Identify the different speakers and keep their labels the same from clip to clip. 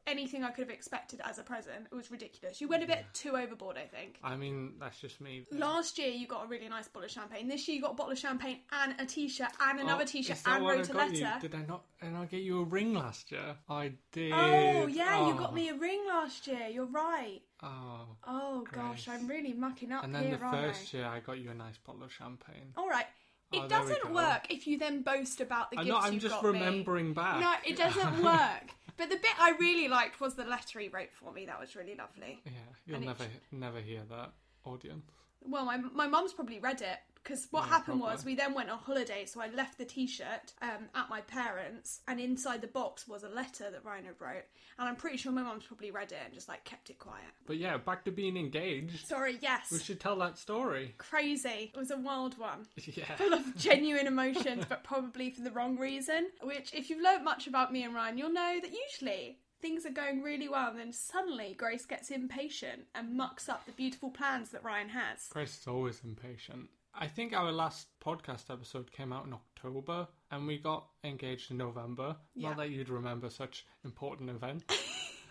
Speaker 1: anything I could have expected as a present. It was ridiculous. You went a bit too overboard, I think.
Speaker 2: I mean, that's just me.
Speaker 1: Last year you got a really nice bottle of champagne. This year you got a bottle of champagne and a t-shirt and another
Speaker 2: Oh,
Speaker 1: t-shirt
Speaker 2: is that
Speaker 1: and
Speaker 2: what I
Speaker 1: wrote a
Speaker 2: got you?
Speaker 1: letter.
Speaker 2: Did I not? Did I not get you a ring last year? I did.
Speaker 1: Oh yeah, you
Speaker 2: Oh,
Speaker 1: got me a ring last year. You're right.
Speaker 2: Oh.
Speaker 1: Oh gosh,
Speaker 2: Grace.
Speaker 1: I'm really mucking up
Speaker 2: And then
Speaker 1: here,
Speaker 2: the
Speaker 1: aren't I?
Speaker 2: first year, I got you a nice bottle of champagne.
Speaker 1: All right. It
Speaker 2: Oh, there we
Speaker 1: doesn't
Speaker 2: go.
Speaker 1: work if you then boast about the
Speaker 2: I
Speaker 1: gifts
Speaker 2: know, I'm
Speaker 1: you've
Speaker 2: just
Speaker 1: got me.
Speaker 2: remembering back.
Speaker 1: No, it doesn't work. but the bit I really liked was the letter he wrote for me. That was really lovely.
Speaker 2: Yeah, you'll
Speaker 1: And it-
Speaker 2: never never hear that audience.
Speaker 1: Well, my my mum's probably read it because what
Speaker 2: Yeah,
Speaker 1: happened was
Speaker 2: probably.
Speaker 1: we then went on holiday, so I left the T-shirt um, at my parents, and inside the box was a letter that Ryan had wrote, and I'm pretty sure my mum's probably read it and just like kept it quiet.
Speaker 2: But yeah, back to being engaged.
Speaker 1: Sorry, yes,
Speaker 2: We should tell that story.
Speaker 1: crazy. It was a wild one.
Speaker 2: Yeah.
Speaker 1: full of genuine emotions, but probably for the wrong reason. Which, if you've learnt much about me and Ryan, you'll know that usually things are going really well, and then suddenly Grace gets impatient and mucks up the beautiful plans that Ryan has.
Speaker 2: Grace is always impatient. I think our last podcast episode came out in October and we got engaged in November.
Speaker 1: Yeah.
Speaker 2: Not that you'd remember such important event.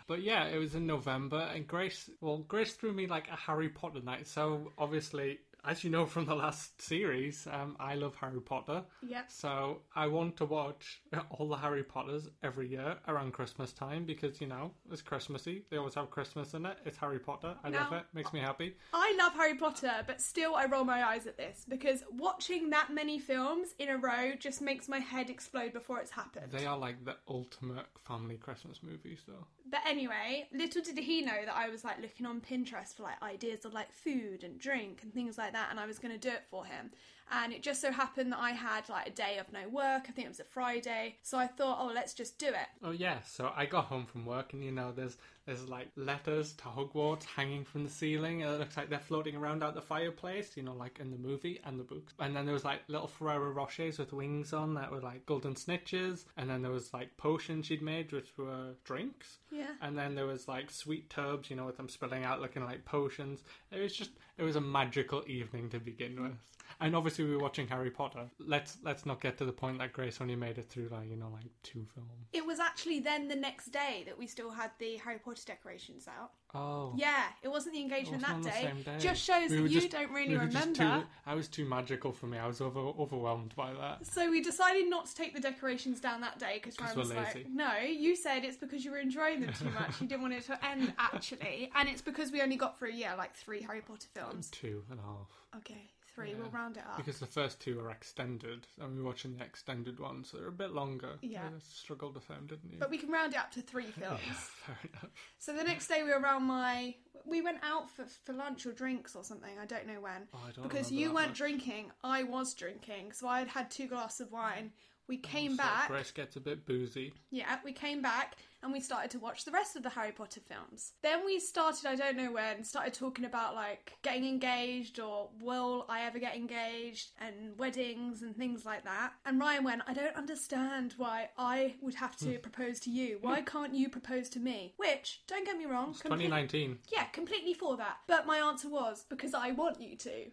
Speaker 2: but yeah, it was in November and Grace well, Grace threw me like a Harry Potter night, so obviously as you know from the last series, um, I love Harry Potter.
Speaker 1: Yep.
Speaker 2: So I want to watch all the Harry Potters every year around Christmas time because you know it's Christmassy. They always have Christmas in it. It's Harry Potter. I love
Speaker 1: Now-
Speaker 2: it. Makes me happy.
Speaker 1: I love Harry Potter, but still I roll my eyes at this because watching that many films in a row just makes my head explode before it's happened.
Speaker 2: They are like the ultimate family Christmas movies, though.
Speaker 1: But anyway, little did he know that I was like looking on Pinterest for like ideas of like food and drink and things like that, and I was going to do it for him. And it just so happened that I had like a day of no work. I think it was a Friday, so I thought, oh, let's just do it.
Speaker 2: Oh yeah, so I got home from work and you know there's there's like letters to Hogwarts hanging from the ceiling and it looks like they're floating around out the fireplace, you know, like in the movie and the books. And then there was like little Ferrero Rochers with wings on that were like golden snitches, and then there was like potions she'd made which were drinks.
Speaker 1: Yeah.
Speaker 2: And then there was like sweet tubs, you know, with them spilling out looking like potions. It was just it was a magical evening to begin with. And obviously we were watching Harry Potter. Let's let's not get to the point that Grace only made it through like, you know, like two films.
Speaker 1: It was actually then the next day that we still had the Harry Potter decorations out.
Speaker 2: Oh.
Speaker 1: Yeah, it wasn't the engagement
Speaker 2: Wasn't on the
Speaker 1: that day.
Speaker 2: same day.
Speaker 1: Just shows
Speaker 2: We
Speaker 1: that
Speaker 2: were
Speaker 1: you
Speaker 2: just-
Speaker 1: don't really
Speaker 2: we were just
Speaker 1: remember.
Speaker 2: too- I was too magical for me. I was over, overwhelmed by that.
Speaker 1: So we decided not to take the decorations down that day because
Speaker 2: 'Cause
Speaker 1: Ryan
Speaker 2: we're
Speaker 1: was
Speaker 2: lazy.
Speaker 1: like, "No, you said it's because you were enjoying them too much. You didn't want it to end actually, and it's because we only got through yeah like three Harry Potter films.
Speaker 2: Two and a half.
Speaker 1: Okay, three.
Speaker 2: Yeah.
Speaker 1: We'll round it up.
Speaker 2: Because the first two are extended, and we were watching the extended one, so they're a bit longer.
Speaker 1: Yeah.
Speaker 2: You struggled with them, didn't you?
Speaker 1: but we can round it up to three films.
Speaker 2: Fair enough.
Speaker 1: So the next day we were around my. We went out for, for lunch or drinks or something. I don't know when.
Speaker 2: Oh, I don't
Speaker 1: because
Speaker 2: remember
Speaker 1: you
Speaker 2: that
Speaker 1: weren't
Speaker 2: much.
Speaker 1: drinking, I was drinking. So I had had two glasses of wine. We came
Speaker 2: Oh, So
Speaker 1: back.
Speaker 2: Grace gets a bit boozy.
Speaker 1: Yeah, we came back and we started to watch the rest of the Harry Potter films. Then we started, I don't know when, started talking about like getting engaged or will I ever get engaged and weddings and things like that. And Ryan went, I don't understand why I would have to propose to you. Why can't you propose to me? Which, don't get me wrong,
Speaker 2: It's
Speaker 1: complete-
Speaker 2: 2019.
Speaker 1: Yeah, completely for that. But my answer was because I want you to.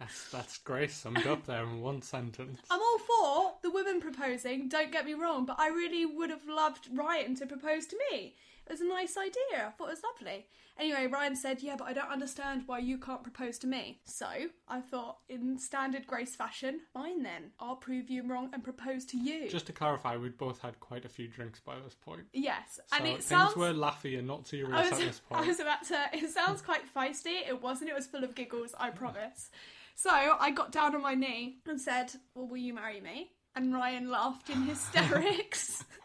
Speaker 2: That's, that's Grace summed up there in one sentence.
Speaker 1: I'm all for the women proposing, don't get me wrong, but I really would have loved Ryan to propose to me. It was a nice idea, I thought it was lovely. Anyway, Ryan said, Yeah, but I don't understand why you can't propose to me. So I thought, in standard Grace fashion, fine then, I'll prove you wrong and propose to you.
Speaker 2: Just to clarify, we'd both had quite a few drinks by this point.
Speaker 1: yes,
Speaker 2: So
Speaker 1: and it
Speaker 2: things
Speaker 1: sounds.
Speaker 2: were laughy and not serious
Speaker 1: I
Speaker 2: at
Speaker 1: was,
Speaker 2: this point.
Speaker 1: I was about to. It sounds quite feisty. It wasn't. It was full of giggles, I promise. So I got down on my knee and said, Well, will you marry me? And Ryan laughed in hysterics.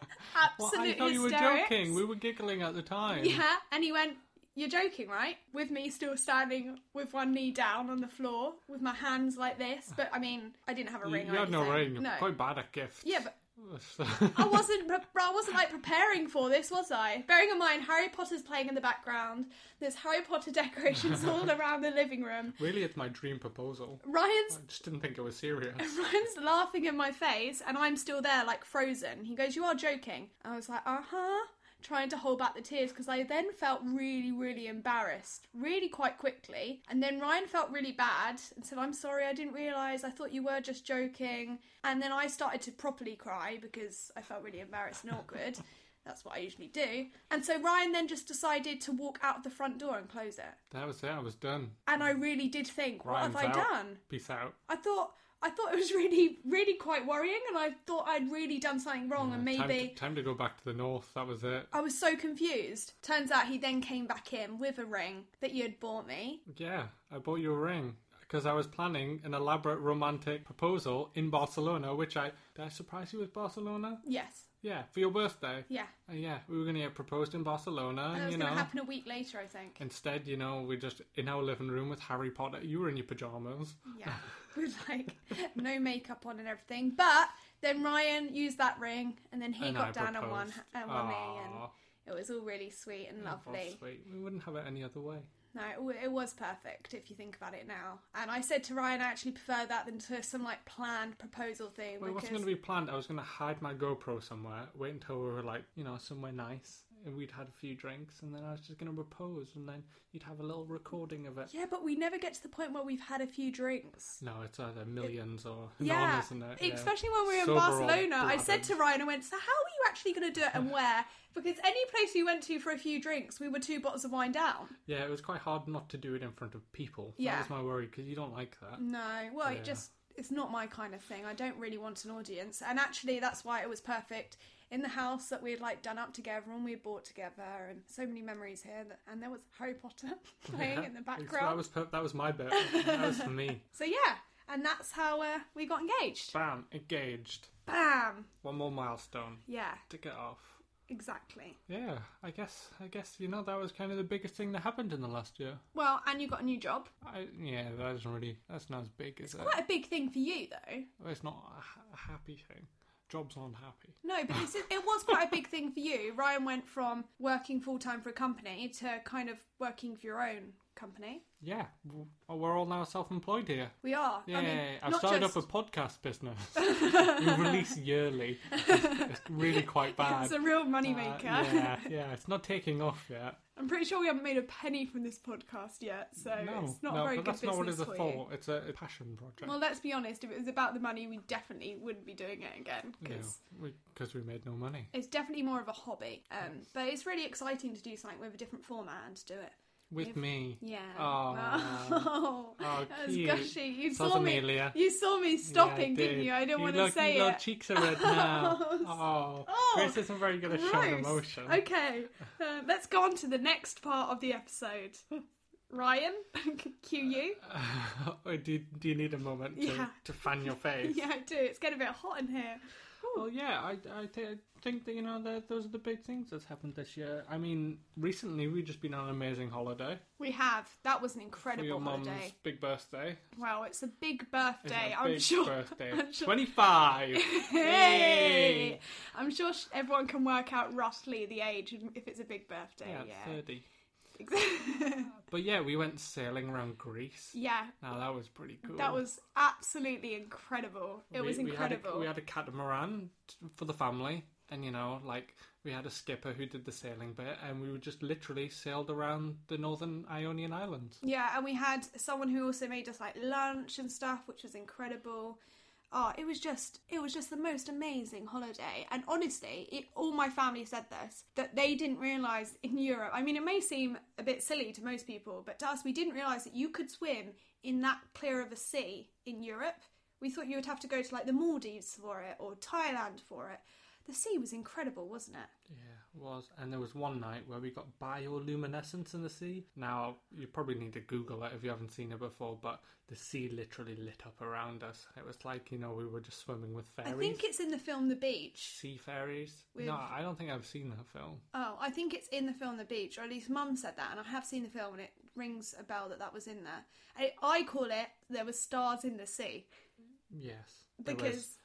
Speaker 2: well,
Speaker 1: Absolute
Speaker 2: I thought you were
Speaker 1: hysterics.
Speaker 2: joking. We were giggling at the time.
Speaker 1: Yeah, and he went, You're joking, right? With me still standing with one knee down on the floor with my hands like this. But I mean, I didn't have a
Speaker 2: You,
Speaker 1: ring
Speaker 2: you
Speaker 1: or
Speaker 2: had no
Speaker 1: anything.
Speaker 2: ring. You're quite bad at gifts.
Speaker 1: Yeah, but- I
Speaker 2: I
Speaker 1: wasn't, pre- I wasn't like preparing for this, was I? Bearing in mind, Harry Potter's playing in the background. There's Harry Potter decorations all around the living room.
Speaker 2: Really, it's my dream proposal. I
Speaker 1: Ryan's
Speaker 2: just didn't think it was serious.
Speaker 1: Ryan's laughing in my face, and I'm still there, like frozen. He goes, "You are joking." I was like, "Uh huh," trying to hold back the tears because I then felt really, really embarrassed, really quite quickly. And then Ryan felt really bad and said, "I'm sorry, I didn't realise. I thought you were just joking." And then I started to properly cry because I felt really embarrassed and awkward. That's what I usually do. And so Ryan then just decided to walk out the front door and close it.
Speaker 2: That was it. I was done.
Speaker 1: And I really did think, "What
Speaker 2: Ryan's
Speaker 1: have I
Speaker 2: out.
Speaker 1: done?"
Speaker 2: Peace out.
Speaker 1: I thought I thought it was really really quite worrying, and I thought I'd really done something wrong, and
Speaker 2: Yeah, time
Speaker 1: maybe
Speaker 2: to- time to go back to the north. That was it.
Speaker 1: I was so confused. Turns out he then came back in with a ring that you had bought me.
Speaker 2: Yeah, I bought you a ring because I was planning an elaborate romantic proposal in Barcelona, which I did. I surprise you with Barcelona.
Speaker 1: Yes,
Speaker 2: Yeah, for your birthday.
Speaker 1: yeah,
Speaker 2: Uh, yeah, we were going to get proposed in Barcelona.
Speaker 1: and it was
Speaker 2: you
Speaker 1: going
Speaker 2: know.
Speaker 1: to happen a week later, I think.
Speaker 2: Instead, you know, we're just in our living room with Harry Potter. You were in your pajamas.
Speaker 1: yeah, with like no makeup on and everything. But then Ryan used that ring, and then he
Speaker 2: And
Speaker 1: got
Speaker 2: I
Speaker 1: down on one
Speaker 2: proposed.
Speaker 1: and one knee,
Speaker 2: Aw.
Speaker 1: and it was all really sweet and lovely.
Speaker 2: Sweet. We wouldn't have it any other way.
Speaker 1: No, it w- it was perfect if you think about it now. And I said to Ryan, I actually prefer that than to some like planned proposal thing.
Speaker 2: Well, it wasn't
Speaker 1: because
Speaker 2: going to be planned. I was going to hide my GoPro somewhere, wait until we were like, you know, somewhere nice. and we'd had a few drinks, and then I was just going to repose, and then you'd have a little recording of it.
Speaker 1: Yeah, but we never get to the point where we've had a few drinks.
Speaker 2: No, it's either millions or
Speaker 1: Yeah,
Speaker 2: non, isn't it? Yeah.
Speaker 1: especially when we were in
Speaker 2: Sober or
Speaker 1: Barcelona. I said to
Speaker 2: blabbered.
Speaker 1: Ryan, I went, So, how are you actually going to do it and where? Because any place we went to for a few drinks, we were two bottles of wine down.
Speaker 2: Yeah, it was quite hard not to do it in front of people.
Speaker 1: Yeah.
Speaker 2: That was my worry, because you don't like that.
Speaker 1: No, well,
Speaker 2: Yeah.
Speaker 1: it just it's not my kind of thing. I don't really want an audience, and actually, that's why it was perfect in the house that we had like done up together and we had bought together, and so many memories here. That, and there was Harry Potter playing
Speaker 2: Yeah.
Speaker 1: in the
Speaker 2: So
Speaker 1: background.
Speaker 2: That was, per- that was my bit. that was for me.
Speaker 1: So yeah, and that's how uh, we got engaged.
Speaker 2: Bam, engaged.
Speaker 1: Bam.
Speaker 2: One more milestone
Speaker 1: Yeah,
Speaker 2: to get off.
Speaker 1: exactly.
Speaker 2: Yeah, I guess I guess you know that was kind of the biggest thing that happened in the last year.
Speaker 1: Well, and you got a new job.
Speaker 2: I, yeah, that isn't really that's not as big as it?
Speaker 1: Quite a big thing for you, though.
Speaker 2: Well, it's not a, ha- a happy thing. Jobs aren't happy.
Speaker 1: No, but it's, it was quite a big thing for you. Ryan went from working full time for a company to kind of working for your own company.
Speaker 2: Yeah, w- oh, we're all now self-employed here.
Speaker 1: We are.
Speaker 2: Yeah,
Speaker 1: I mean,
Speaker 2: I've
Speaker 1: not
Speaker 2: started
Speaker 1: just...
Speaker 2: up a podcast business. we release yearly. It's, it's really quite bad.
Speaker 1: It's a real
Speaker 2: Uh,
Speaker 1: moneymaker.
Speaker 2: yeah, yeah, it's not taking off yet.
Speaker 1: I'm pretty sure we haven't made a penny from this podcast yet, so
Speaker 2: no,
Speaker 1: it's not
Speaker 2: no,
Speaker 1: very
Speaker 2: but
Speaker 1: good
Speaker 2: that's not what it's
Speaker 1: business
Speaker 2: for.
Speaker 1: for you.
Speaker 2: It's a, a passion project.
Speaker 1: Well, let's be honest. If it was about the money, we definitely wouldn't be doing it again because
Speaker 2: because we made no money.
Speaker 1: it's definitely more of a hobby. Um, But it's really exciting to do something with a different format and to do it.
Speaker 2: With me.
Speaker 1: Yeah.
Speaker 2: Oh.
Speaker 1: Wow.
Speaker 2: Oh,
Speaker 1: that was
Speaker 2: cute.
Speaker 1: gushy. You
Speaker 2: So's
Speaker 1: saw me.
Speaker 2: Amelia.
Speaker 1: You saw me stopping, didn't you? I didn't want to say
Speaker 2: your
Speaker 1: it.
Speaker 2: cheeks are red now. oh,
Speaker 1: Oh,
Speaker 2: Grace isn't very good at showing
Speaker 1: Gross.
Speaker 2: emotion.
Speaker 1: Okay, uh, let's go on to the next part of the episode. Ryan, cue you.
Speaker 2: Oh, do, do you need a moment to,
Speaker 1: Yeah.
Speaker 2: to fan your face?
Speaker 1: Yeah, I do. It's getting a bit hot in here.
Speaker 2: Well, yeah, I, I thi- think that, you know, that those are the big things that's happened this year. I mean, recently we've just been on an amazing holiday.
Speaker 1: We have. That was an
Speaker 2: for your
Speaker 1: incredible
Speaker 2: mum's
Speaker 1: holiday.
Speaker 2: big birthday.
Speaker 1: Wow, it's a big
Speaker 2: It's
Speaker 1: birthday.
Speaker 2: her
Speaker 1: I'm
Speaker 2: big
Speaker 1: sure.
Speaker 2: birthday.
Speaker 1: I'm sure-
Speaker 2: 25!
Speaker 1: Hey! I'm sure sh- everyone can work out roughly the age if it's a big birthday.
Speaker 2: Yeah,
Speaker 1: Yeah.
Speaker 2: 30.
Speaker 1: Ex-
Speaker 2: But yeah, we went sailing around Greece.
Speaker 1: yeah.
Speaker 2: Now that was pretty cool.
Speaker 1: That was absolutely incredible. It
Speaker 2: We-
Speaker 1: was
Speaker 2: we had a-
Speaker 1: incredible.
Speaker 2: We had, a, catamaran t- for the family, and you know, like we had a skipper who did the sailing bit, and we were just literally sailed around the northern Ionian Islands.
Speaker 1: Yeah, and we had someone who also made us like lunch and stuff, which was incredible. Oh, it was just it was just the most amazing holiday. And honestly, it, all my family said this that they didn't realize in Europe. I mean, it may seem a bit silly to most people, but to us we didn't realize that you could swim in that clear of a sea in Europe. We thought you would have to go to like the Maldives for it or Thailand for it. The sea was incredible, wasn't it?
Speaker 2: Yeah, it was. And there was one night where we got bioluminescence in the sea. Now you probably need to Google it if you haven't seen it before, but the sea literally lit up around us. It was like you know we were just swimming with fairies.
Speaker 1: I think it's in the film The Beach.
Speaker 2: sea fairies.
Speaker 1: With-
Speaker 2: No, I don't think I've seen that film.
Speaker 1: Oh, I think it's in the film The Beach, or at least Mum said that, and I have seen the film, and it rings a bell that that was in there. I, I call it "There Were Stars in the Sea"
Speaker 2: Yes, there was
Speaker 1: because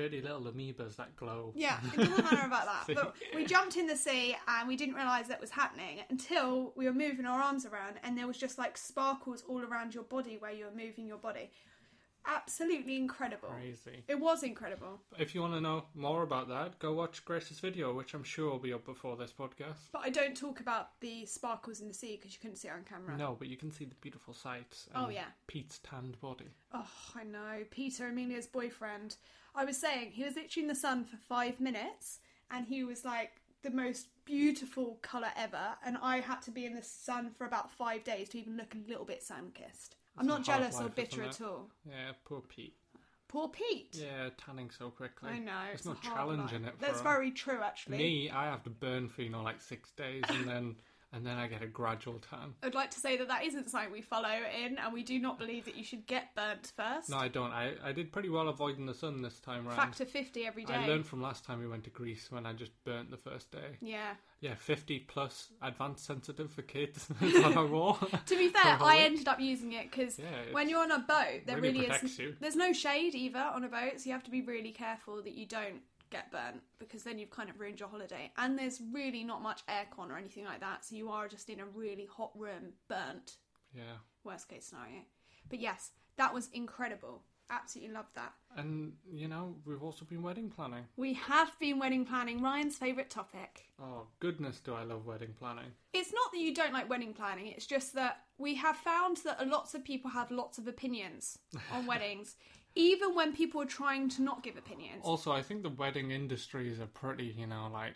Speaker 2: dirty little amoebas that glow.
Speaker 1: yeah, it doesn't matter about that. But we jumped in the sea, and we didn't realise that was happening until we were moving our arms around, and there was just like sparkles all around your body where you were moving your body. Absolutely incredible!
Speaker 2: Crazy.
Speaker 1: It was incredible.
Speaker 2: If you want to know more about that, go watch Grace's video, which I'm sure will be up before this podcast.
Speaker 1: But I don't talk about the sparkles in the sea because you couldn't see it on camera.
Speaker 2: No, but you can see the beautiful sights.
Speaker 1: Oh,
Speaker 2: and
Speaker 1: yeah.
Speaker 2: Pete's tanned body.
Speaker 1: Oh, I know. Peter, Amelia's boyfriend. I was saying he was literally in the sun for five minutes and he was like the most beautiful colour ever. And I had to be in the sun for about five days to even look a little bit sun kissed. I'm
Speaker 2: It's
Speaker 1: not
Speaker 2: a
Speaker 1: jealous or
Speaker 2: hard life,
Speaker 1: bitter at
Speaker 2: isn't it?
Speaker 1: all.
Speaker 2: Yeah, poor Pete.
Speaker 1: Poor Pete.
Speaker 2: Yeah, tanning so quickly.
Speaker 1: I know.
Speaker 2: It's,
Speaker 1: It's,
Speaker 2: not
Speaker 1: a hard
Speaker 2: challenging
Speaker 1: life.
Speaker 2: it. For
Speaker 1: That's
Speaker 2: him.
Speaker 1: very true, actually.
Speaker 2: Me, I have to burn for you know like six days, and then and then I get a gradual tan.
Speaker 1: I'd like to say that that isn't something we follow in, and we do not believe that you should get burnt first.
Speaker 2: No, I don't. I, I did pretty well avoiding the sun this time round.
Speaker 1: Factor 50 every day.
Speaker 2: I learned from last time we went to Greece when I just burnt the first day.
Speaker 1: Yeah.
Speaker 2: Yeah, 50 plus advanced sensitive for kids. That's what I wore.
Speaker 1: To be fair,
Speaker 2: For
Speaker 1: I
Speaker 2: Halloween.
Speaker 1: ended up using it because
Speaker 2: Yeah, it's-
Speaker 1: when you're on a boat, there
Speaker 2: really
Speaker 1: really,
Speaker 2: protects
Speaker 1: is
Speaker 2: you.
Speaker 1: there's no shade either on a boat, so you have to be really careful that you don't get burnt because then you've kind of ruined your holiday. And there's really not much aircon or anything like that, so you are just in a really hot room, burnt.
Speaker 2: Yeah.
Speaker 1: Worst case scenario, but yes, that was incredible. Absolutely love that.
Speaker 2: And, you know, we've also been wedding planning.
Speaker 1: We have been wedding planning, Ryan's favourite topic.
Speaker 2: Oh, goodness, do I love wedding planning.
Speaker 1: It's not that you don't like wedding planning, it's just that we have found that lots of people have lots of opinions on weddings, even when people are trying to not give opinions.
Speaker 2: Also, I think the wedding industry is a pretty, you know, like,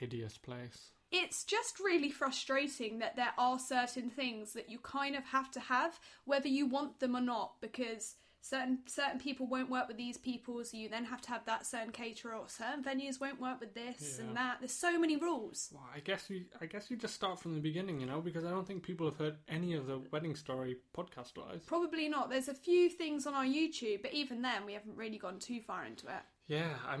Speaker 2: hideous place.
Speaker 1: It's just really frustrating that there are certain things that you kind of have to have, whether you want them or not, because certain certain people won't work with these people, so you then have to have that certain caterer, or certain venues won't work with this
Speaker 2: Yeah.
Speaker 1: and that. There's so many rules.
Speaker 2: Well, I guess you, I guess you just start from the beginning, you know, because I don't think people have heard any of the wedding story podcast wise.
Speaker 1: Probably not. There's a few things on our YouTube, but even then, we haven't really gone too far into it.
Speaker 2: Yeah, I'm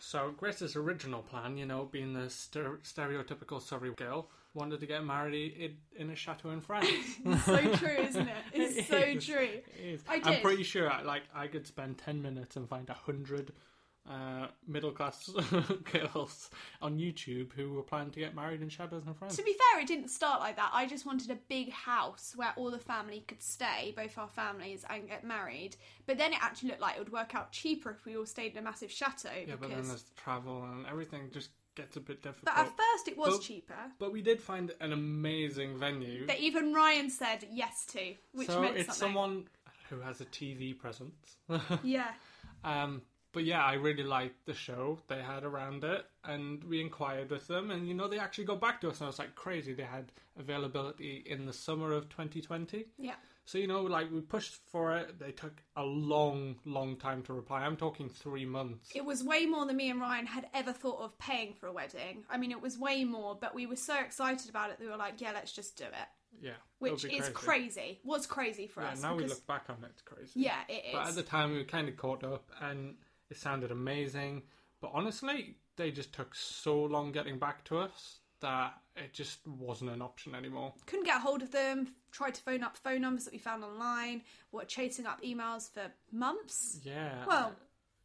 Speaker 2: so Grace's original plan, you know, being the ster- stereotypical Surrey girl, wanted to get married i- in a chateau in France.
Speaker 1: so true, isn't it? It's
Speaker 2: It
Speaker 1: so
Speaker 2: is.
Speaker 1: true.
Speaker 2: It is.
Speaker 1: I
Speaker 2: I'm
Speaker 1: did.
Speaker 2: pretty sure, I, like, I could spend ten minutes and find a hundred uh, middle class girls on YouTube who were planning to get married in chateaus in France.
Speaker 1: To be fair, it didn't start like that. I just wanted a big house where all the family could stay, both our families, and get married. But then it actually looked like it would work out cheaper if we all stayed in a massive chateau.
Speaker 2: yeah, but then
Speaker 1: because...
Speaker 2: there's travel and everything just gets a bit difficult.
Speaker 1: but at first it was
Speaker 2: But-
Speaker 1: cheaper.
Speaker 2: But we did find an amazing venue.
Speaker 1: That even Ryan said yes to, which
Speaker 2: so
Speaker 1: meant
Speaker 2: it's
Speaker 1: something.
Speaker 2: someone who has a TV presence.
Speaker 1: Yeah.
Speaker 2: Um, but yeah, I really liked the show they had around it, and we inquired with them, and you know they actually got back to us, and I was like crazy. They had availability in the summer of 2020,
Speaker 1: Yeah.
Speaker 2: so you know like we pushed for it. They took a long, long time to reply. I'm talking three months.
Speaker 1: It was way more than me and Ryan had ever thought of paying for a wedding. I mean, it was way more, but we were so excited about it that we were like, yeah, let's just do it.
Speaker 2: yeah,
Speaker 1: Which
Speaker 2: it would be
Speaker 1: is crazy. Was crazy for
Speaker 2: Yeah,
Speaker 1: us.
Speaker 2: now we
Speaker 1: because-
Speaker 2: look back on it, it's crazy.
Speaker 1: Yeah, it
Speaker 2: But
Speaker 1: is.
Speaker 2: at the time, we were kind of caught up, and it sounded amazing. But honestly, they just took so long getting back to us that it just wasn't an option anymore.
Speaker 1: couldn't get a hold of them tried to phone up phone numbers that we found online were chasing up emails for months
Speaker 2: Yeah.
Speaker 1: well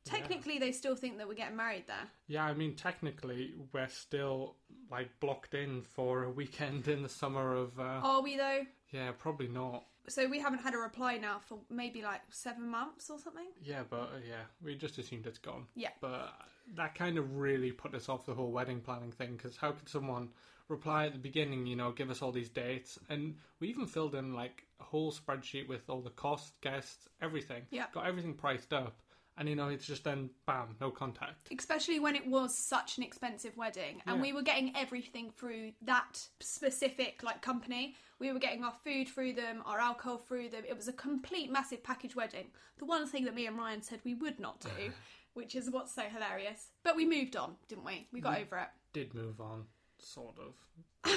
Speaker 1: technically they still think that we're getting married there
Speaker 2: Yeah, I mean, technically, we're still like blocked in for a weekend in the summer of. Uh,
Speaker 1: are we though
Speaker 2: Yeah, probably not.
Speaker 1: so we haven't had a reply now for maybe like seven months or something
Speaker 2: Yeah, but uh, yeah, we just assumed it's gone.
Speaker 1: Yeah.
Speaker 2: But that kind of really put us off the whole wedding planning thing because how could someone reply at the beginning, you know, give us all these dates? And we even filled in like a whole spreadsheet with all the costs, guests, everything.
Speaker 1: Yeah.
Speaker 2: Got everything priced up. And, you know, it's just then bam, no contact.
Speaker 1: especially when it was such an expensive wedding and
Speaker 2: Yeah.
Speaker 1: we were getting everything through that specific like company we were getting our food through them our alcohol through them it was a complete massive package wedding the one thing that me and ryan said we would not do which is what's so hilarious but we moved on didn't we we
Speaker 2: Mm.
Speaker 1: got over it
Speaker 2: Did move on, sort of.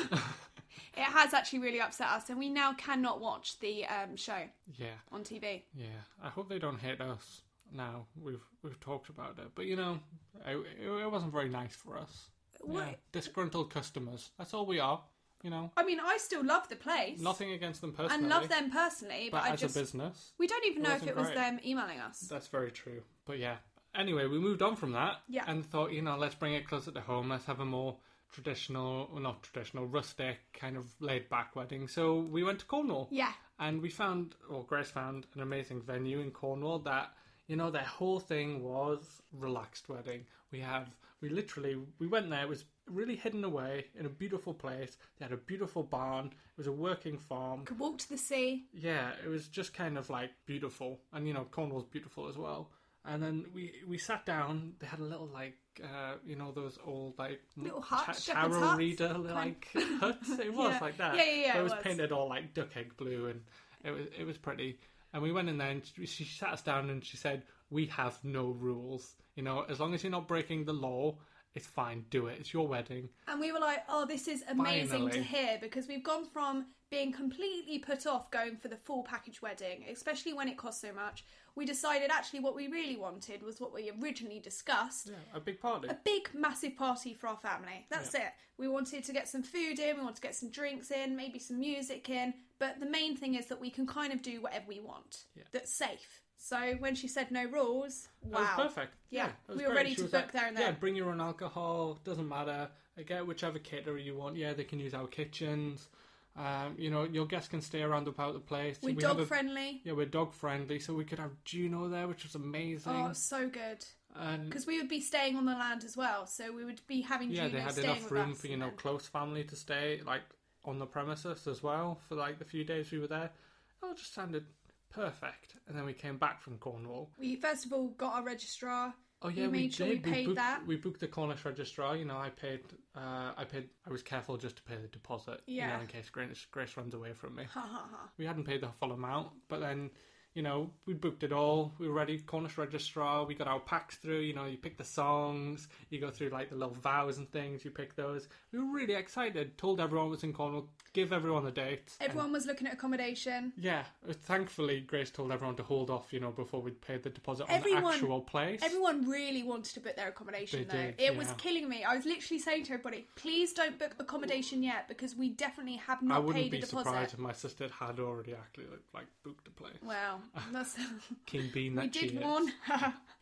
Speaker 1: it has actually really upset us and we now cannot watch the um, show
Speaker 2: Yeah.
Speaker 1: on tv
Speaker 2: Yeah, I hope they don't hate us. Now we've we've talked about it, but you know, it, it it wasn't very nice for us. Yeah,
Speaker 1: What-
Speaker 2: disgruntled customers. That's all we are. You know,
Speaker 1: i mean i still love the place
Speaker 2: nothing against them personally,
Speaker 1: and love them personally
Speaker 2: but,
Speaker 1: but, i
Speaker 2: as
Speaker 1: just
Speaker 2: a business,
Speaker 1: we don't even
Speaker 2: it
Speaker 1: know if
Speaker 2: wasn't
Speaker 1: it was
Speaker 2: great.
Speaker 1: them emailing us
Speaker 2: that's very true. But yeah. Anyway, we moved on from that.
Speaker 1: Yeah.
Speaker 2: And thought, you know, let's bring it closer to home. Let's have a more traditional, well, not traditional, rustic kind of laid back wedding. So we went to Cornwall.
Speaker 1: yeah
Speaker 2: and we found or grace found an amazing venue in cornwall that you know their whole thing was relaxed wedding we have we literally we went there it was really hidden away in a beautiful place they had a beautiful barn it was a working farm
Speaker 1: could walk to the sea
Speaker 2: yeah it was just kind of like beautiful and you know cornwall's beautiful as well and then we we sat down they had a little like uh, you know those old like
Speaker 1: Little huts, shepherd's
Speaker 2: tarot
Speaker 1: huts,
Speaker 2: reader
Speaker 1: kind of-
Speaker 2: like huts it was
Speaker 1: Yeah.
Speaker 2: like that
Speaker 1: Yeah, yeah, yeah,
Speaker 2: But
Speaker 1: it
Speaker 2: it was
Speaker 1: was.
Speaker 2: painted all like duck egg blue and it was it was pretty and we went in there and she, she sat us down and she said we have no rules you know as long as you're not breaking the law it's fine do it it's your wedding
Speaker 1: And we were like, oh, this is amazing to
Speaker 2: Finally.
Speaker 1: hear because we've gone from being completely put off going for the full package wedding, especially when it costs so much, we decided actually what we really wanted was what we originally discussed
Speaker 2: Yeah, a big party.
Speaker 1: a big massive party for our family. That's it. We wanted to get some food in, we wanted to get some drinks in, maybe some music in, but the main thing is that we can kind of do whatever we want. That's safe. So when she said no rules, wow.
Speaker 2: That was perfect.
Speaker 1: Yeah.
Speaker 2: that was
Speaker 1: we were
Speaker 2: great.
Speaker 1: ready
Speaker 2: She
Speaker 1: to
Speaker 2: was
Speaker 1: book
Speaker 2: like,
Speaker 1: there and
Speaker 2: Yeah,
Speaker 1: then.
Speaker 2: bring your own alcohol. Doesn't matter. Uh, Get whichever caterer you want. Yeah, they can use our kitchens. Um, you know, your guests can stay around about the place.
Speaker 1: We're
Speaker 2: We have
Speaker 1: dog
Speaker 2: a-
Speaker 1: friendly.
Speaker 2: Yeah, we're dog friendly, so we could have Juno there, which was amazing.
Speaker 1: Oh, so good.
Speaker 2: and
Speaker 1: Because we would be staying on the land as well, so we would be having
Speaker 2: yeah,
Speaker 1: Juno
Speaker 2: they had
Speaker 1: staying
Speaker 2: enough
Speaker 1: with
Speaker 2: room
Speaker 1: us
Speaker 2: for you
Speaker 1: and
Speaker 2: know
Speaker 1: then-
Speaker 2: close family to stay, like on the premises as well, for like the few days we were there. It all just sounded perfect. And then we came back from Cornwall.
Speaker 1: We first of all got our registrar.
Speaker 2: Oh yeah,
Speaker 1: we
Speaker 2: we,
Speaker 1: made
Speaker 2: did.
Speaker 1: sure we paid
Speaker 2: booked,
Speaker 1: that.
Speaker 2: We booked the Cornish registrar. You know, I paid. Uh, I paid. I was careful just to pay the deposit. You
Speaker 1: Yeah.
Speaker 2: know, in case Grace, Grace runs away from me. we hadn't paid the full amount, but then. You know, we booked it all. We were ready. Cornish registrar. We got our packs through. You know, you pick the songs. You go through like the little vows and things. You pick those. We were really excited. Told everyone was in Cornwall. Give everyone the dates. and-
Speaker 1: Everyone was looking at accommodation.
Speaker 2: yeah, uh, thankfully Grace told everyone to hold off, you know, before we'd paid the deposit on the
Speaker 1: Everyone-
Speaker 2: actual place.
Speaker 1: Everyone really wanted to book their accommodation
Speaker 2: They
Speaker 1: though.
Speaker 2: did,
Speaker 1: it was
Speaker 2: yeah.
Speaker 1: killing me. I was literally saying to everybody, please don't book accommodation yet because we definitely have
Speaker 2: I
Speaker 1: not
Speaker 2: wouldn't
Speaker 1: paid
Speaker 2: be
Speaker 1: a deposit.
Speaker 2: surprised if my sister had already actually like, like booked a place.
Speaker 1: Well, that's
Speaker 2: King Bean that
Speaker 1: we
Speaker 2: she
Speaker 1: did
Speaker 2: is.
Speaker 1: one.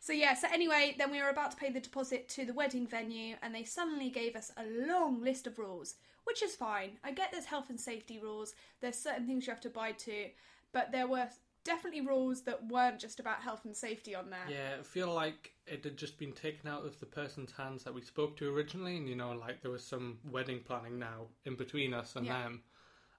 Speaker 1: so yeah, so anyway, then we were about to pay the deposit to the wedding venue and they suddenly gave us a long list of rules, which is fine. I get there's health and safety rules, there's certain things you have to abide to, but there were definitely rules that weren't just about health and safety on there.
Speaker 2: Yeah, I feel like it had just been taken out of the person's hands that we spoke to originally, and you know, like there was some wedding planning now in between us and
Speaker 1: Yeah.
Speaker 2: them.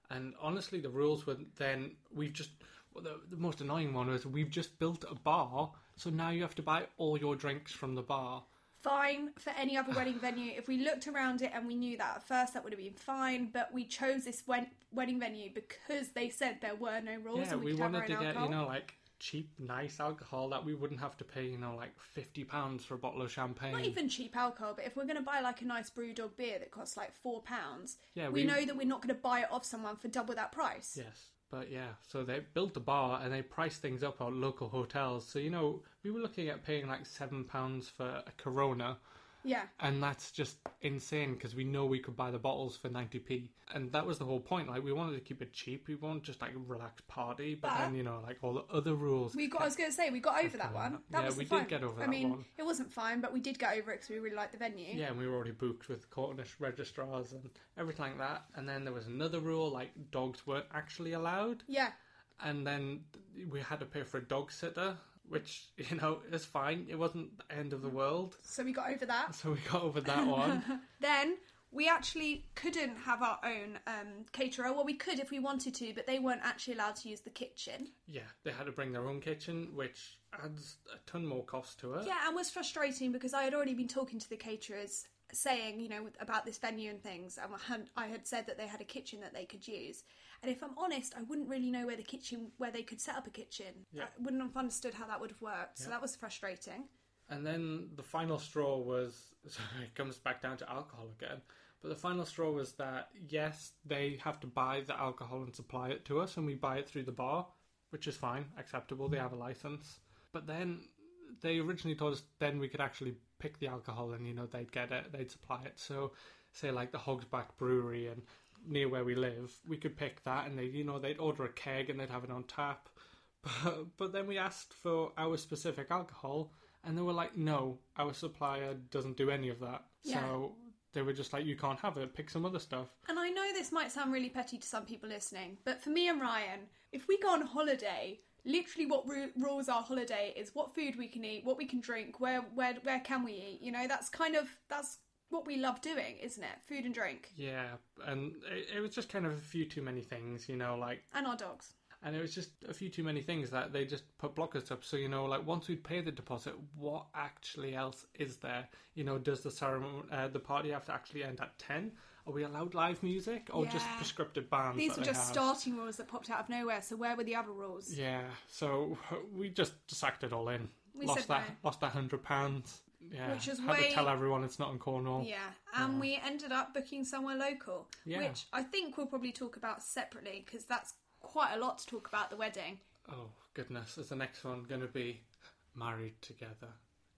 Speaker 2: And honestly, the rules were then we've just well, the, the most annoying one was we've just built a bar, so now you have to buy all your drinks from the bar.
Speaker 1: fine for any other wedding venue. If we looked around it and we knew that at first, that would have been fine. But we chose this wed- wedding venue because they said there were no rules
Speaker 2: Yeah,
Speaker 1: and we,
Speaker 2: we
Speaker 1: could have our
Speaker 2: wanted
Speaker 1: own
Speaker 2: to get
Speaker 1: alcohol.
Speaker 2: you know like cheap, nice alcohol that we wouldn't have to pay you know like fifty pounds for a bottle of champagne.
Speaker 1: not even cheap alcohol, but if we're going to buy like a nice brew dog beer that costs like four pounds,
Speaker 2: Yeah,
Speaker 1: we,
Speaker 2: we-
Speaker 1: know that we're not going to buy it off someone for double that price.
Speaker 2: Yes, but yeah, so they built a bar and they priced things up at local hotels. So you know, we were looking at paying like seven pounds for a Corona,
Speaker 1: Yeah.
Speaker 2: and that's just insane because we know we could buy the bottles for ninety p, and that was the whole point. Like we wanted to keep it cheap, we wanted just like a relaxed party, but,
Speaker 1: But-
Speaker 2: then you know, like all the other rules.
Speaker 1: We got. I was going to say we got over that one. That
Speaker 2: Yeah,
Speaker 1: was
Speaker 2: we
Speaker 1: the
Speaker 2: did
Speaker 1: fun.
Speaker 2: get over
Speaker 1: I
Speaker 2: that
Speaker 1: mean,
Speaker 2: one.
Speaker 1: it wasn't fine, but we did get over it because we really liked the venue.
Speaker 2: Yeah, and we were already booked with Cornish registrars and everything like that. And then there was another rule like dogs weren't actually allowed.
Speaker 1: Yeah.
Speaker 2: and then we had to pay for a dog sitter, which you know is fine. It wasn't the end of the world,
Speaker 1: So we got over that.
Speaker 2: so we got over that one.
Speaker 1: Then we actually couldn't have our own um, caterer. Well, we could if we wanted to, but they weren't actually allowed to use the kitchen.
Speaker 2: yeah, they had to bring their own kitchen, which adds a ton more cost to it.
Speaker 1: Yeah, and was frustrating because I had already been talking to the caterers, saying you know with- about this venue and things, and I had- I had said that they had a kitchen that they could use. And if I'm honest, I wouldn't really know where the kitchen where they could set up a kitchen. I wouldn't have understood how that would have worked. So that was frustrating.
Speaker 2: And then the final straw was so it comes back down to alcohol again. But the final straw was that yes, they have to buy the alcohol and supply it to us, and we buy it through the bar, which is fine, acceptable. They have a license. But then they originally told us then we could actually pick the alcohol, and you know they'd get it, they'd supply it. So say like the Hogsback Brewery and near where we live, we could pick that, and they you know they'd order a keg and they'd have it on tap. But, but then we asked for our specific alcohol, and they were like, no, our supplier doesn't do any of that. So they were just like, you can't have it, pick some other stuff.
Speaker 1: And I know this might sound really petty to some people listening, but for me and Ryan, if we go on holiday, literally what ru- rules our holiday is what food we can eat, what we can drink, where where where can we eat. You know, that's kind of that's what we love doing, isn't it? Food and drink,
Speaker 2: Yeah, and it, it was just kind of a few too many things, you know, like,
Speaker 1: and our dogs.
Speaker 2: and it was just a few too many things that they just put blockers up. So, you know, like, once we'd pay the deposit, what actually else is there? You know, does the ceremony, uh, the party have to actually end at 10? Are we allowed live music or just
Speaker 1: Yeah.
Speaker 2: prescriptive bands?
Speaker 1: These
Speaker 2: that
Speaker 1: were
Speaker 2: they
Speaker 1: just
Speaker 2: have?
Speaker 1: starting rules that popped out of nowhere. So where were the other rules?
Speaker 2: Yeah, so we just sacked it all in.
Speaker 1: We
Speaker 2: lost
Speaker 1: said
Speaker 2: that
Speaker 1: no.
Speaker 2: lost that hundred pounds. Yeah,
Speaker 1: Which is
Speaker 2: had
Speaker 1: way-
Speaker 2: to tell everyone it's not in Cornwall.
Speaker 1: Yeah, and we ended up booking somewhere local,
Speaker 2: Yeah.
Speaker 1: which I think we'll probably talk about separately because that's quite a lot to talk about the wedding.
Speaker 2: Oh goodness, is the next one going to be married together?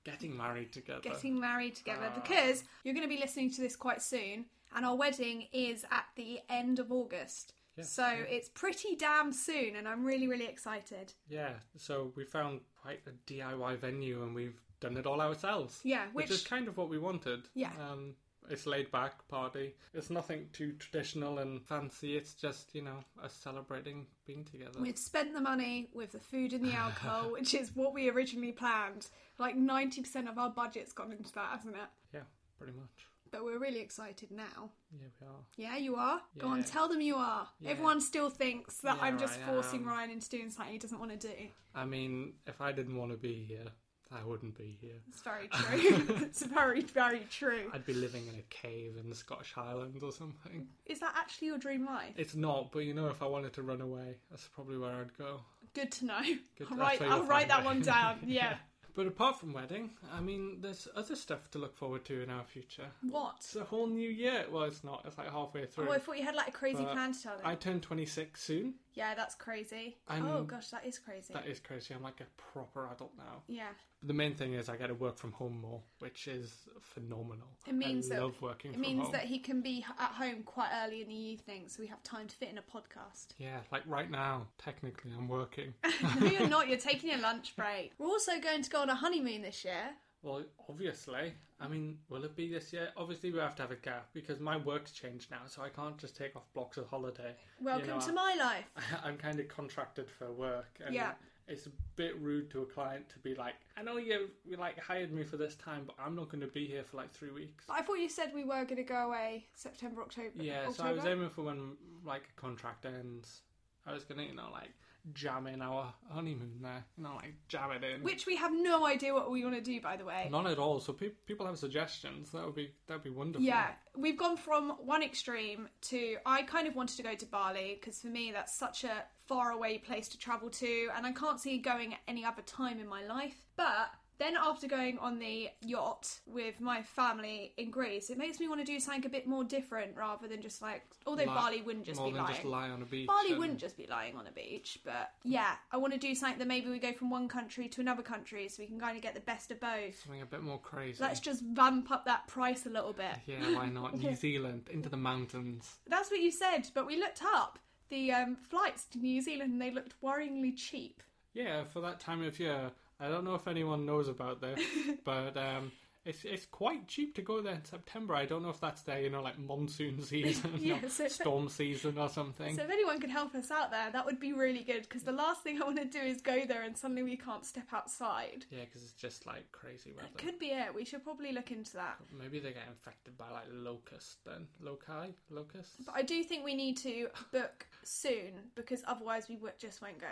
Speaker 2: Getting married together.
Speaker 1: Getting married together
Speaker 2: uh,
Speaker 1: because you're going to be listening to this quite soon, and our wedding is at the end of August. so it's pretty damn soon, and I'm really, really excited.
Speaker 2: Yeah, so we found quite a DIY venue and we've done it all ourselves.
Speaker 1: Yeah,
Speaker 2: which, is
Speaker 1: which-
Speaker 2: kind of what we wanted.
Speaker 1: Yeah.
Speaker 2: Um, it's laid back party. It's nothing too traditional and fancy. It's just you know us celebrating being together.
Speaker 1: We've spent the money with the food and the alcohol, which is what we originally planned. Like 90% of our budget's gone into that, hasn't it?
Speaker 2: Yeah, pretty much.
Speaker 1: But we're really excited now.
Speaker 2: Yeah, we are.
Speaker 1: Yeah, you are. Go on,
Speaker 2: Yeah.
Speaker 1: tell them you are.
Speaker 2: Yeah.
Speaker 1: Everyone still thinks that
Speaker 2: Yeah,
Speaker 1: I'm just
Speaker 2: I
Speaker 1: forcing
Speaker 2: am.
Speaker 1: Ryan into doing something he doesn't want to do.
Speaker 2: I mean, if I didn't want to be here, I wouldn't be here.
Speaker 1: It's very true. it's very, very true.
Speaker 2: I'd be living in a cave in the Scottish Highlands or something.
Speaker 1: Is that actually your dream life?
Speaker 2: It's not, but you know, if I wanted to run away, that's probably where I'd go.
Speaker 1: Good to know.
Speaker 2: Good-
Speaker 1: I'll
Speaker 2: that's
Speaker 1: write,
Speaker 2: where you'll
Speaker 1: I'll write
Speaker 2: find
Speaker 1: that
Speaker 2: it.
Speaker 1: one down. Yeah.
Speaker 2: But apart from wedding, I mean, there's other stuff to look forward to in our future.
Speaker 1: What?
Speaker 2: It's a whole new year. Well, it's not. It's like halfway through.
Speaker 1: Oh, I thought you had like a crazy
Speaker 2: But
Speaker 1: plan to tell them.
Speaker 2: uh, I turn 26 soon.
Speaker 1: Yeah, that's crazy.
Speaker 2: I'm-
Speaker 1: Oh gosh, that is crazy.
Speaker 2: That is crazy. I'm like a proper adult now.
Speaker 1: Yeah.
Speaker 2: The main thing is I get to work from home more, which is phenomenal.
Speaker 1: It means
Speaker 2: I
Speaker 1: that
Speaker 2: love working
Speaker 1: it
Speaker 2: from
Speaker 1: means
Speaker 2: home.
Speaker 1: that he can be h- at home quite early in the evening, so we have time to fit in a podcast.
Speaker 2: Yeah, like right now, technically, I'm working.
Speaker 1: no, you're not. You're taking your lunch break. We're also going to go on a honeymoon this year.
Speaker 2: well, obviously. I mean, will it be this year? Obviously, we have to have a gap because my work's changed now, so I can't just take off blocks of holiday. You
Speaker 1: Welcome
Speaker 2: know,
Speaker 1: to
Speaker 2: I-
Speaker 1: my life.
Speaker 2: I'm kind of contracted for work. And
Speaker 1: Yeah.
Speaker 2: It's a bit rude to a client to be like, I know you you like hired me for this time, but I'm not going to be here for like three weeks.
Speaker 1: I thought you said we were going to go away September, October.
Speaker 2: Yeah,
Speaker 1: October?
Speaker 2: so I was aiming for when like a contract ends. I was gonna, you know, like jam in our honeymoon there, you know, like jam it in.
Speaker 1: Which we have no idea what we want to do, by the way.
Speaker 2: None at all. So pe- people have suggestions. That would be that would be wonderful.
Speaker 1: Yeah, we've gone from one extreme to I kind of wanted to go to Bali because for me that's such a far away place to travel to, and I can't see going at any other time in my life. But then after going on the yacht with my family in Greece, it makes me want to do something a bit more different rather than just like although
Speaker 2: Li-
Speaker 1: Bali wouldn't just
Speaker 2: more
Speaker 1: be
Speaker 2: than
Speaker 1: lying.
Speaker 2: just lie on a beach.
Speaker 1: Bali
Speaker 2: and-
Speaker 1: wouldn't just be lying on a beach, but yeah, I want to do something that maybe we go from one country to another country so we can kind of get the best of both.
Speaker 2: something a bit more crazy.
Speaker 1: Let's just vamp up that price a little bit.
Speaker 2: yeah, why not? New Zealand into the mountains.
Speaker 1: That's what you said, but we looked up the um, flights to New Zealand and they looked worryingly cheap.
Speaker 2: Yeah, for that time of year, I don't know if anyone knows about this, but um, it's it's quite cheap to go there in September. I don't know if that's their you know like monsoon season,
Speaker 1: Yeah,
Speaker 2: or
Speaker 1: so-
Speaker 2: storm season, or something.
Speaker 1: So if anyone could help us out there, that would be really good because the last thing I want to do is go there and suddenly we can't step outside.
Speaker 2: Yeah, because it's just like crazy weather.
Speaker 1: That could be it. We should probably look into that.
Speaker 2: Maybe they get infected by like locusts then. Loci? Locusts?
Speaker 1: But I do think we need to book soon because otherwise we w- just won't go.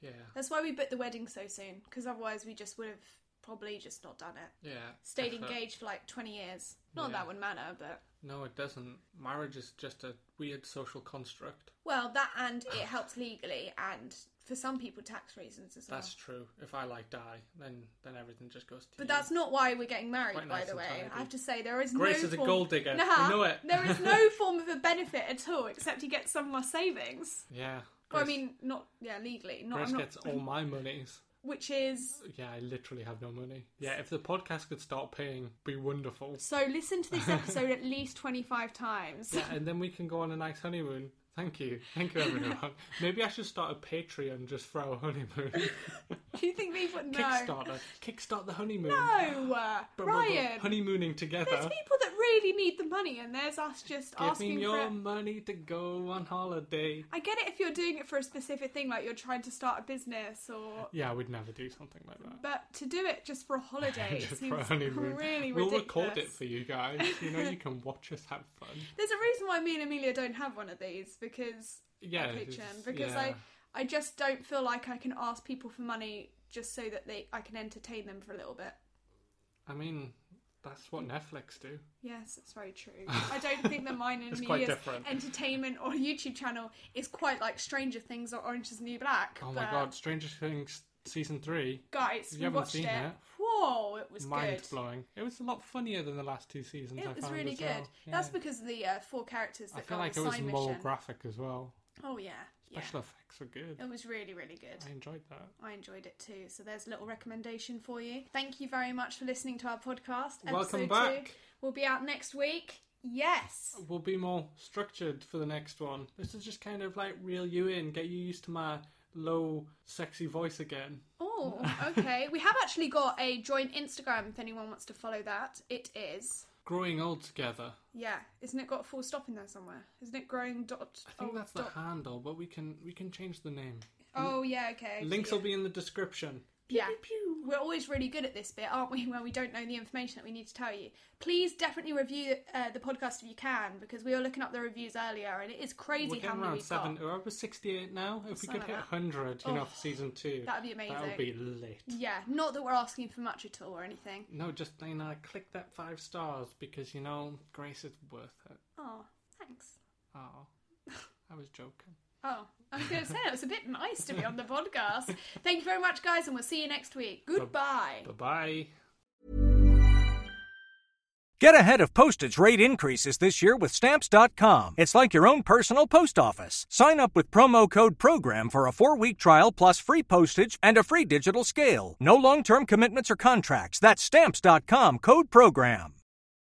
Speaker 2: Yeah.
Speaker 1: That's why we booked the wedding so soon because otherwise we just would have probably just not done it.
Speaker 2: Yeah.
Speaker 1: Stayed
Speaker 2: effort.
Speaker 1: engaged for like 20 years. Not
Speaker 2: Yeah.
Speaker 1: that would matter, but.
Speaker 2: No, it doesn't. Marriage is just a weird social construct.
Speaker 1: Well, that and it helps legally and for some people tax reasons as well.
Speaker 2: That's true. If I like die, then then everything just goes to
Speaker 1: but
Speaker 2: you.
Speaker 1: that's not why we're getting married,
Speaker 2: Quite
Speaker 1: by
Speaker 2: nice
Speaker 1: the
Speaker 2: and
Speaker 1: way.
Speaker 2: tidy.
Speaker 1: I have to say there is
Speaker 2: Grace
Speaker 1: no
Speaker 2: is a
Speaker 1: form-
Speaker 2: gold digger.
Speaker 1: Nah,
Speaker 2: We know it.
Speaker 1: there is no form of a benefit at all except you get some of my savings.
Speaker 2: Yeah.
Speaker 1: Well, I
Speaker 2: Grace-
Speaker 1: mean, not yeah, legally. Not,
Speaker 2: Grace
Speaker 1: I'm not
Speaker 2: gets all my monies.
Speaker 1: which is
Speaker 2: Yeah, I literally have no money. Yeah, if the podcast could start paying, be wonderful.
Speaker 1: so. Listen to this episode at least twenty five times.
Speaker 2: Yeah, and then we can go on a nice honeymoon. Thank you. Thank you, everyone. Maybe I should start a Patreon just for our honeymoon.
Speaker 1: Do you think people know?
Speaker 2: Kickstarter. Kickstart the honeymoon.
Speaker 1: No, uh,
Speaker 2: But we're
Speaker 1: Ryan.
Speaker 2: both honeymooning together.
Speaker 1: There's people that really need the money, and there's us just
Speaker 2: uh, Give
Speaker 1: asking
Speaker 2: me
Speaker 1: for
Speaker 2: your
Speaker 1: it.
Speaker 2: money to go on holiday.
Speaker 1: I get it if you're doing it for a specific thing, like you're trying to start a business or.
Speaker 2: Yeah, I would never do something like that.
Speaker 1: But to do it just for a holiday
Speaker 2: Just
Speaker 1: seems
Speaker 2: for a honeymoon.
Speaker 1: really
Speaker 2: we'll
Speaker 1: ridiculous.
Speaker 2: record it for you guys. You know, you can watch us have fun.
Speaker 1: There's a reason why me and Amelia don't have one of these because
Speaker 2: Yeah,
Speaker 1: I pitch
Speaker 2: it's-
Speaker 1: in, because I
Speaker 2: yeah.
Speaker 1: I just don't feel like I can ask people for money just so that they I can entertain them for a little bit.
Speaker 2: I mean, that's what Netflix do.
Speaker 1: Yes, that's very true. I don't think that mine and
Speaker 2: It's quite
Speaker 1: Amelia's
Speaker 2: different.
Speaker 1: entertainment or YouTube channel is quite like Stranger Things or Orange is the New Black.
Speaker 2: Oh my
Speaker 1: but- um,
Speaker 2: god, Stranger Things season three.
Speaker 1: guys,
Speaker 2: You
Speaker 1: we
Speaker 2: haven't
Speaker 1: watched
Speaker 2: seen
Speaker 1: it.
Speaker 2: that.
Speaker 1: Whoa, Oh, it was
Speaker 2: Mind
Speaker 1: good.
Speaker 2: blowing. It was a lot funnier than the last two seasons. I
Speaker 1: It was
Speaker 2: found
Speaker 1: really
Speaker 2: as
Speaker 1: good.
Speaker 2: well.
Speaker 1: That's
Speaker 2: Yeah.
Speaker 1: because of the uh, four characters that
Speaker 2: I feel
Speaker 1: got
Speaker 2: like
Speaker 1: the
Speaker 2: it was
Speaker 1: side
Speaker 2: more
Speaker 1: mission.
Speaker 2: graphic as well.
Speaker 1: oh yeah, yeah.
Speaker 2: Special effects were good.
Speaker 1: It was really, really good.
Speaker 2: I enjoyed that.
Speaker 1: I enjoyed it too. So there's a little recommendation for you. Thank you very much for listening to our podcast.
Speaker 2: Welcome
Speaker 1: Episode
Speaker 2: back.
Speaker 1: Two will be out next week. Yes.
Speaker 2: We'll be more structured for the next one. This is just kind of like reel you in, get you used to my low, sexy voice again.
Speaker 1: Oh, okay. we have actually got a joint Instagram if anyone wants to follow that. It is.
Speaker 2: Growing old together.
Speaker 1: Yeah, isn't it got a full stop in there somewhere? Isn't it growing dot?
Speaker 2: I think
Speaker 1: oh,
Speaker 2: that's the
Speaker 1: dot.
Speaker 2: handle, but we can we can change the name.
Speaker 1: Oh yeah, okay.
Speaker 2: Links
Speaker 1: yeah.
Speaker 2: will be in the description.
Speaker 1: Yeah. We're always really good at this bit, aren't we, when we don't know the information that we need to tell you. Please definitely review uh, the podcast if you can, because we were looking up the reviews earlier and it is
Speaker 2: We're
Speaker 1: crazy
Speaker 2: getting
Speaker 1: how many
Speaker 2: around
Speaker 1: we've
Speaker 2: seven.
Speaker 1: got.
Speaker 2: We're over sixty-eight now. If we
Speaker 1: Something
Speaker 2: could hit
Speaker 1: like that.
Speaker 2: hundred, you know,
Speaker 1: Oh,
Speaker 2: for season two,
Speaker 1: that'd be
Speaker 2: That
Speaker 1: amazing.
Speaker 2: would be lit.
Speaker 1: Yeah, not that we're asking for much at all or anything.
Speaker 2: No, just you know, click that five stars because you know Grace is worth it.
Speaker 1: Oh, thanks.
Speaker 2: Oh, I was joking.
Speaker 1: Oh, I was going to say that was a bit nice to be on the podcast. Thank you very much, guys, and we'll see you next week. Goodbye.
Speaker 2: Bye bye.
Speaker 3: Get ahead of postage rate increases this year with Stamps.com. It's like your own personal post office. Sign up with promo code PROGRAM for a four week trial plus free postage and a free digital scale. No long term commitments or contracts. That's Stamps.com code PROGRAM.